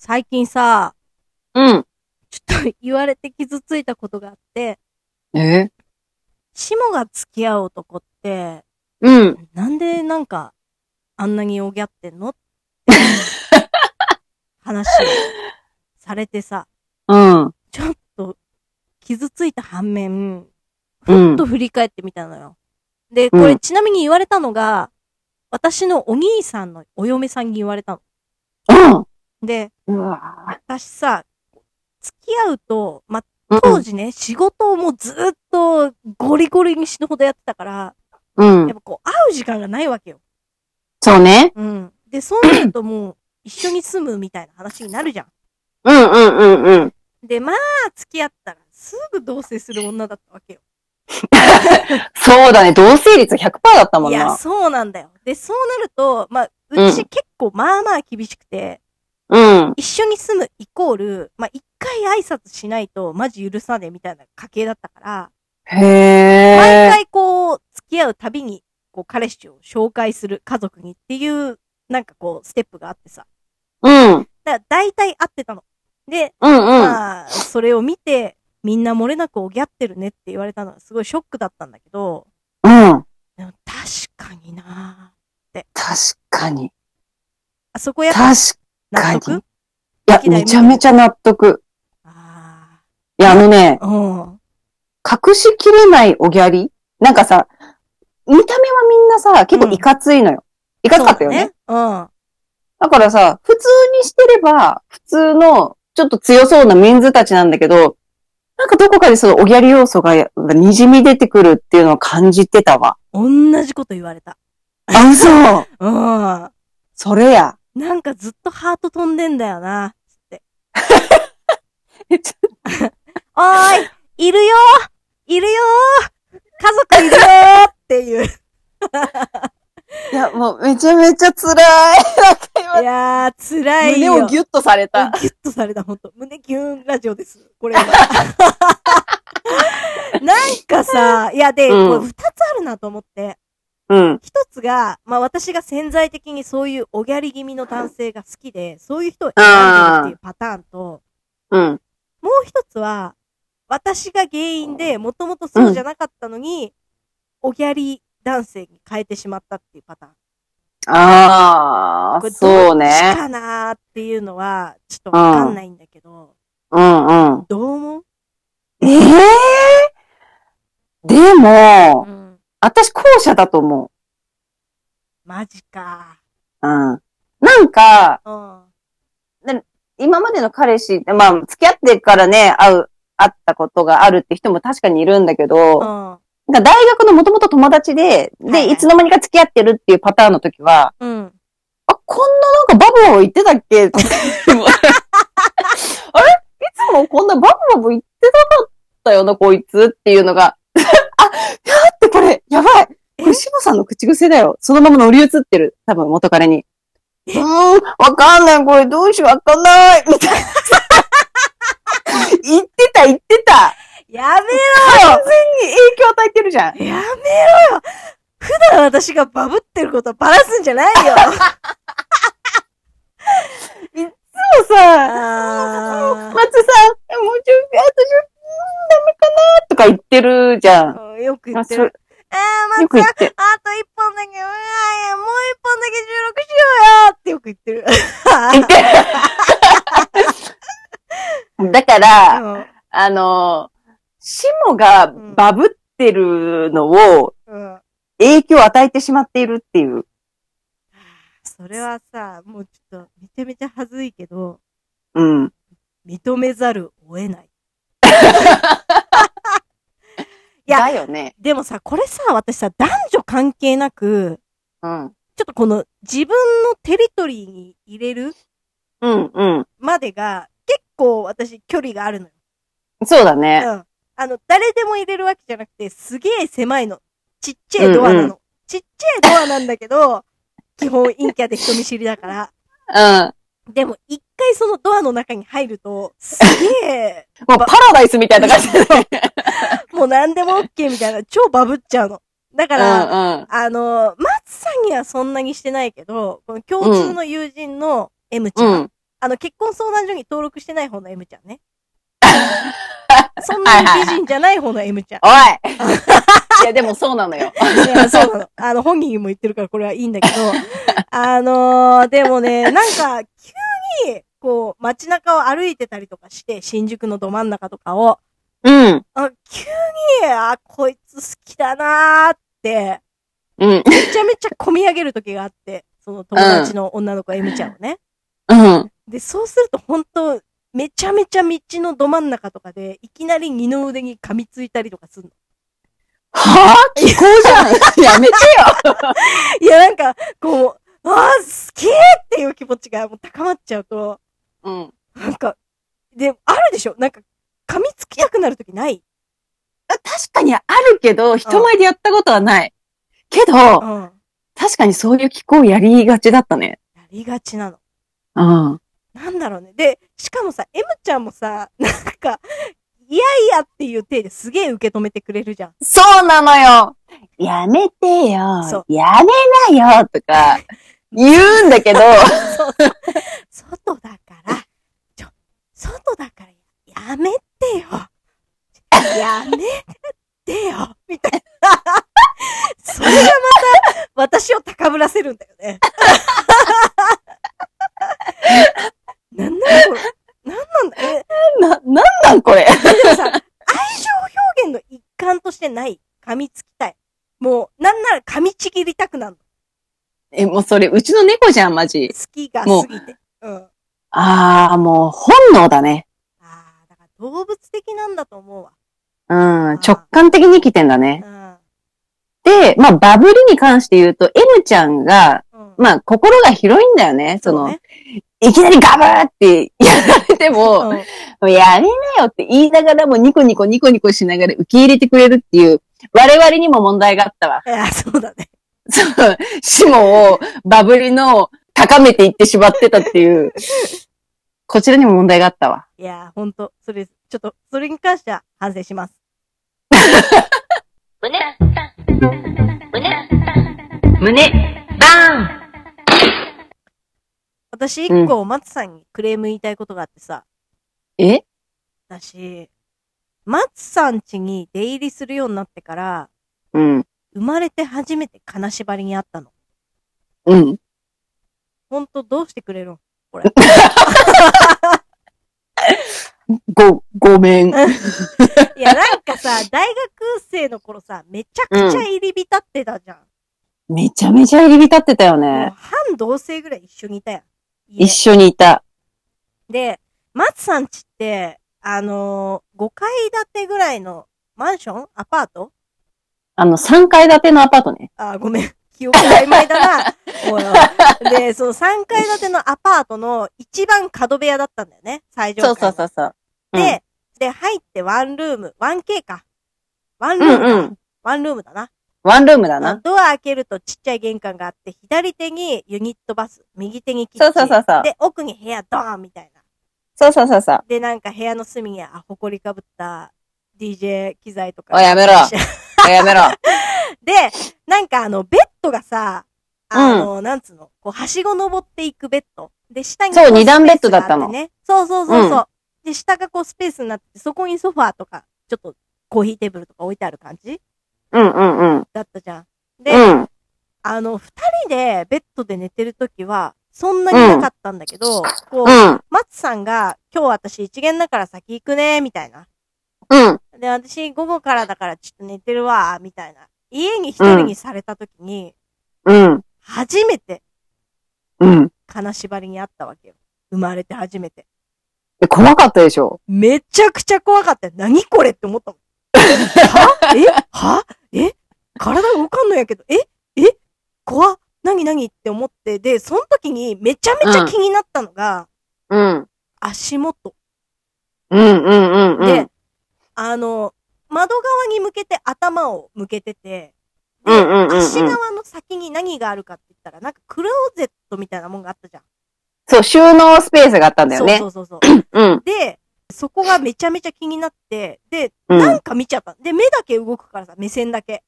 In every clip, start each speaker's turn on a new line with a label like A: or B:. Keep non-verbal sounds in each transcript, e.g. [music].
A: 最近さ、 [laughs]
B: うん。
A: ちょっと言われて傷ついたことがあって、
B: え
A: シモが付き合う男って、
B: うん。
A: なんでなんか、あんなにおぎゃってんのって
B: [laughs]
A: 話をされてさ、
B: うん。
A: ちょっと、傷ついた反面、
B: う
A: ちょ
B: ん
A: っと。振り返ってみたのよ。で、これ、
B: うん
A: ちなみに言われたのが、私のお兄さんのお嫁さんに言われたの。で、
B: うん。うわ
A: 私さ、付き合うと、まあ、
B: ぁ
A: 当時ね、仕事をもうずっとゴリゴリに死ぬほどやってたから、
B: うん。
A: やっ
B: うん。
A: ぱこう、会う時間がないわけよ。
B: そうね。
A: うん。で、そうなるともう、一緒に住むみたいな話になるじゃん。
B: うんうんうんうん。
A: で、まあ、付き合ったら、すぐ同棲する女だったわけよ。
B: そうだね。同性率100%だったもん
A: いや、
B: な。
A: そうなんだよ。で、そうなると、まあ、う
B: うん
A: ち結構まあまあ厳しくて、
B: うん。
A: 一緒に住むイコール、まあ、一回挨拶しないと、マジ許さねえみたいな家系だったから、
B: へ
A: 毎
B: え。
A: 回こう、付き合うたびに、こう、彼氏を紹介する家族にっていう、なんかこう、ステップがあってさ。
B: うん。
A: だから、大体合ってたの。で、
B: うんうん。
A: まあ、それを見て、みんな漏れなくおぎゃってるねって言われたのがすごいショックだったんだけど、
B: うん。
A: でも確かにな
B: 確かに。
A: あそこやっぱ
B: 確か
A: 納
B: に。
A: 得
B: いや、
A: 歴代見て
B: めちゃめちゃ納得。
A: あ
B: いや、あのね、
A: あ。うん。
B: 隠しきれないおぎゃりなんかさ、見た目はみんなさ、結構いかついのよ。いかつかったよね。
A: そうだね。
B: だからさ、普通にしてれば、普通の、ちょっと強そうなメンズたちなんだけど、なんかどこかでそのおぎゃり要素がや滲み出てくるっていうのを感じてたわ。
A: うん。同じこと言われた。
B: あ、嘘
A: うん。
B: [laughs] それ [laughs] や。
A: なんかずっとハート飛んでんだよな。つって。
B: えち
A: おーいいるよいるよ家族いるよっていう。
B: [laughs] いや、もうめちゃめちゃ辛い。なんか
A: いやー、辛い
B: 胸
A: よ。
B: をギュッとされた。
A: ギュッとされた、ほんと。胸ギューンラジオです。これ
B: [laughs]
A: は。なんかさ、いや、で、
B: うん
A: これ二つあるなと思って。
B: うん。
A: 一つが、まあ私が潜在的にそういうおぎゃり気味の男性が好きで、そういう人を選んでるっていうパターンと、
B: うん。
A: もう一つは、私が原因で、もともとそうじゃなかったのに、おぎゃり男性に変えてしまったっていうパターン。
B: あ
A: こ
B: あ、
A: れ
B: そう
A: どっち
B: ね。
A: かなーっていうのは、ちょっとわかんないんだけど、
B: うんうん。
A: どう思う
B: ええでも、
A: ん。
B: 私後者だと思
A: マジか。
B: う。うん。なんか、
A: うん。
B: 今までの彼氏、まあ、付き合ってからね、会う、会ったことがあるって人も確かにいるんだけど、
A: うん。
B: なんか大学のもともと友達で、で、
A: はい
B: い、つの間にか付き合ってるっていうパターンの時は、
A: うん。
B: あ、こんななんかバブバブ言ってたっけとか [laughs] あれいつもこんなバブバブ言ってなかったよな、こいつっていうのが。 [laughs] あ、やってこれ、やばい。これ、しもさんの口癖だよ。そのまま乗り移ってる。多分、元彼に。うーん、わかんない。これ、どうしよう、わかんない。みたいな。言ってた、言ってた。
A: や
B: 完全に影響与えてるじゃん。
A: めろやめろよ普段私がバブってることバラすんじゃない
B: [laughs]
A: よ
B: でもさ、
A: あ
B: 松さん、もうちょい、あとちょい、うんダメかなとか言ってるじゃん。
A: ーよく言
B: まあ
A: って
B: そ
A: る
B: れ。
A: えー、
B: よく
A: 松
B: 言
A: さん
B: って。
A: あと一本だけ、うわーもう一本だけ収録しようよってよく言ってる。
B: 言って。 [laughs] だから、あの、シモがバブってるのを
A: [laughs] うん。うん。
B: 影響を与えてしまっているっていう。
A: それはさ、もうちょっと、めちゃめちゃ恥ずいけど、
B: うん。
A: 認めざるを得ない。いや
B: だよね。
A: でもさ、これさ、私さ、男女関係なく、
B: うん。
A: ちょっとこの自分のテリトリーに入れる
B: うん、うん。
A: までが、結構私距離があるのよ。
B: そうだね。
A: うん。あの、誰でも入れるわけじゃなくて、すげえ狭いの。ちっちゃいドアなの。
B: うんう
A: ちっちゃいドアなんだけど、基本陰キャで人見知りだから。
B: うん。
A: でも、一回そのドアの中に入ると、すげえ、
B: もうパラダイスみたいな感じ
A: [laughs]
B: だね。
A: もう何でも OK みたいな、超バブっちゃうの。だ
B: う
A: から、
B: ん、うん。
A: あの、松さんにはそんなにしてないけど、この共通の友人の M ちゃん [laughs]
B: うん。
A: あの、結婚相談所に登録してない方の M ちゃん
B: [laughs]
A: ね。そんなに美人じゃない方の M ちゃん。
B: おいいや、でもそうなのよ。
A: いや、そうなの。あの、本人も言ってるからこれはいいんだけど、あのーでもね、なんか、急に、こう、街中を歩いてたりとかして、新宿のど真ん中とかを、
B: うん。
A: あ急に、あ、こいつ好きだなーって、 [laughs]
B: うん。
A: めちゃめちゃ込み上げる時があって、その友達の女の子 M ちゃんをね。
B: うん。
A: で、そうすると本当めちゃめちゃ道のど真ん中とかで、いきなり二の腕に噛みついたりとかするの。
B: はぁ気候じ
A: [laughs]
B: ゃんやめて
A: いや、なんか、こう、あー好きっていう気持ちがもう高まっちゃうと、
B: うん。
A: なんか、で、あるでしょなんか、噛みつきたくなるときない
B: 確かにあるけど、人前でやったことはない。けど
A: う、ん。や
B: 確かにそういう気候やりがちだったね。
A: りがちなの。
B: うん。
A: なんだろうね。で、しかもさ、M ちゃんもさ、なんか、いやいやっていう体ですげえ受け止めてくれるじゃん。
B: そうなのよやめてよ
A: そう
B: やめなよと [laughs] か、言うんだけど、
A: そう。外だから、ちょ、外だからやめてよ。やめてよ。みたいな。それがまた私を高ぶらせるんだよね。なんだろうこれ。なんなんだえ、
B: な、なんなんこれ
A: でもさ、愛情表現の一環としてない。噛みつきたい。もう、なんなら噛みちぎりたくなるの。
B: え、もうそれ、うちの猫じゃん、マジ。
A: 好きが過ぎて。うん。
B: あー、もう本能だね。
A: ああ、だから動物的なんだと思うわ。
B: うん、直感的に生きてんだね。
A: う
B: で、まあ、バブリに関して言うと、M ちゃんが、
A: ん。うん
B: まあ、心が広いんだよね。その、、いきなりガブーってやられても、
A: そうね
B: もうやめなよって言いながらもニコニコニコニコしながら受け入れてくれるっていう、我々にも問題があったわ。 [laughs]
A: うん、いや、そうだね。
B: そう、シモをバブリの高めていってしまってたっていう、こちらにも問題があったわ。
A: いや、ほんと、それ、ちょっと、それに関しては反省します。
B: 胸、バーン
A: 私、一個、松さんにクレーム言いたいことがあってさ、
B: え
A: 私、松さん家に出入りするようになってから、
B: うん、
A: 生まれて初めて金縛りにあったの。
B: うん。
A: ほんと、どうしてくれるん
B: ご、ごめん。
A: いや、なんか
B: [laughs]
A: さ、大学生の頃さ、めちゃくちゃ入り浸ってたじゃん。
B: めちゃめちゃ入り浸ってたよ
A: もう
B: ね。
A: 半同性ぐらい一緒にいたやん。家
B: 一緒にいた。
A: で、松さんちって、あのー、5階建てぐらいのマンションアパート
B: あの、3階建てのアパートね。
A: あー、ごめん。記憶曖昧だ
B: [laughs]
A: な。おいおいで、その3階建てのアパートの一番角部屋だったんだよね。最上階
B: そ
A: の。
B: うそうそうそう。うん、
A: で、で、入ってワンルーム。1K か。ワン
B: う
A: ルームか。
B: んうん。
A: ワンルームだな。
B: ワンルームだ
A: あの
B: な。
A: ドア開けるとちっちゃい玄関があって、左手にユニットバス、右手にキッチ
B: そ
A: ン。
B: うそうそうそう。
A: で、奥に部屋ドーンみたいな。
B: そうそうそうそう。
A: で、なんか部屋の隅に、あ、ほこりかぶった DJ 機材とか。
B: おいやめろ [laughs] やめろ。
A: [laughs] で、なんかあの、ベッドがさ、あの、なんつうの、こう、はしご登っていくベッド。で、下にこ
B: そう
A: スペース
B: 二段ベッドだった
A: があ
B: の
A: てね。そうそうそうそう。で、下がこう、スペースになってて、そこにソファーとか、ちょっとコーヒーテーブルとか置いてある感じ
B: うんうんうん。
A: だったじゃん。で、
B: うん。
A: あの、二人でベッドで寝てるときは、そんなになかったんだけど、こう、
B: うん。
A: 松さんが、今日私一限だから先行くね、みたいな。
B: うん。
A: で、私、午後からだからちょっと寝てるわ、みたいな。家に一人にされた時に、
B: うん。
A: 初めて
B: うん。
A: 金縛りにあったわけよ。生まれて初めて。
B: え怖かったでしょ
A: めちゃくちゃ怖かったよ。何これって思ったもん。はえはえ体動かんのやけど、ええ怖っ何何って思って、で、その時にめちゃめちゃ気になったのが、
B: うん。
A: 足元。
B: うんうんうんうん。
A: で、あの、窓側に向けて頭を向けてて、で
B: うんうんうんうん
A: 足側の先に何があるかって言ったら、なんかクローゼットみたいなもんがあったじゃん。
B: そう、収納スペースがあったんだよね
A: そ。うそうそうそう。
B: うん。
A: で、そこがめちゃめちゃ気になって、で、
B: うん
A: なんか見ちゃった。で、目だけ動くからさ、目線だけ。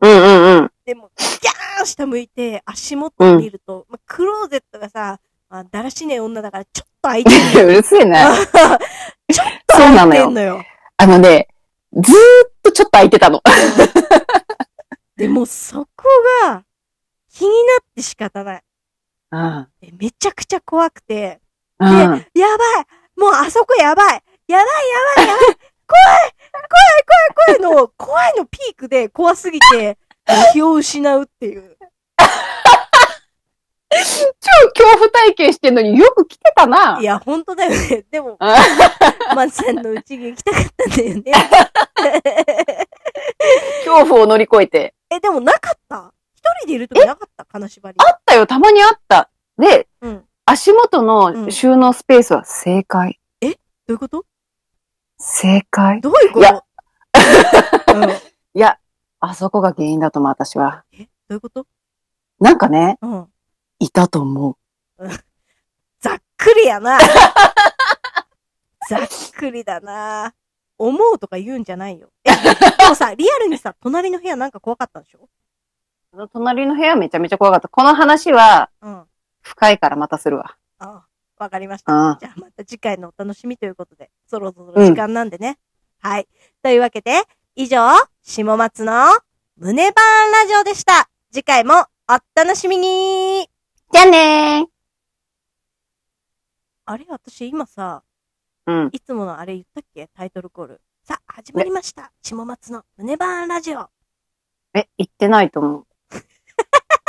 B: うんうんうん。
A: でも、ギャーン下向いて、足元を見ると、まあクローゼットがさ、あだらしねえ女だから、ちょっと空いてる。
B: [laughs] うるせえな。そうなの
A: 空いてん
B: よ。
A: のよ。
B: あのね、ずーっとちょっと空いてたの。
A: でも、そこが、気になって仕方ない。
B: うん。
A: でめちゃくちゃ怖くて、
B: うん。
A: やばいもうあそこやばいやばいやばいやばい怖い怖い怖い怖いの、怖いのピークで怖すぎて、気を失うっていう。
B: 超恐怖体験してんのによく来てたな。 [laughs]
A: いや、本当だよね。でも、
B: うん
A: マツさんのうちに行きたかったんだよね。
B: [laughs] 恐怖を乗り越えて。
A: え、でもなかった一人でいるときなかった金縛り。
B: あったよ、たまにあった。で、
A: うん。ど
B: 足元の収納スペースは正解。
A: ういうこと
B: 正解。
A: どういうこと
B: い
A: うんえ、
B: いや、あそこが原因だと思う、私は。
A: どういうこと
B: なんかね、
A: うん。
B: いたと思う。
A: ざっくりやな。ざっくりだな。思うとか言うんじゃないよ。え、でもさ、リアルにさ、隣の部屋なんか怖かったんでしょ
B: あの隣の部屋めちゃめちゃ怖かった。この話は
A: うん。あ
B: 深いからまたするわ。
A: あ、わかりました。
B: うん。
A: じゃあまた次回のお楽しみということで、そろそろ時間なんでね。はい。というわけで、以上、下松の胸バーンラジオでした。次回もお楽しみに
B: じゃあね
A: あれ私今さ、
B: ー。うん。
A: いつものあれ言ったっけタイトルコール。さあ、始まりました。下松の胸バーンラジオ。
B: え、行ってないと思う。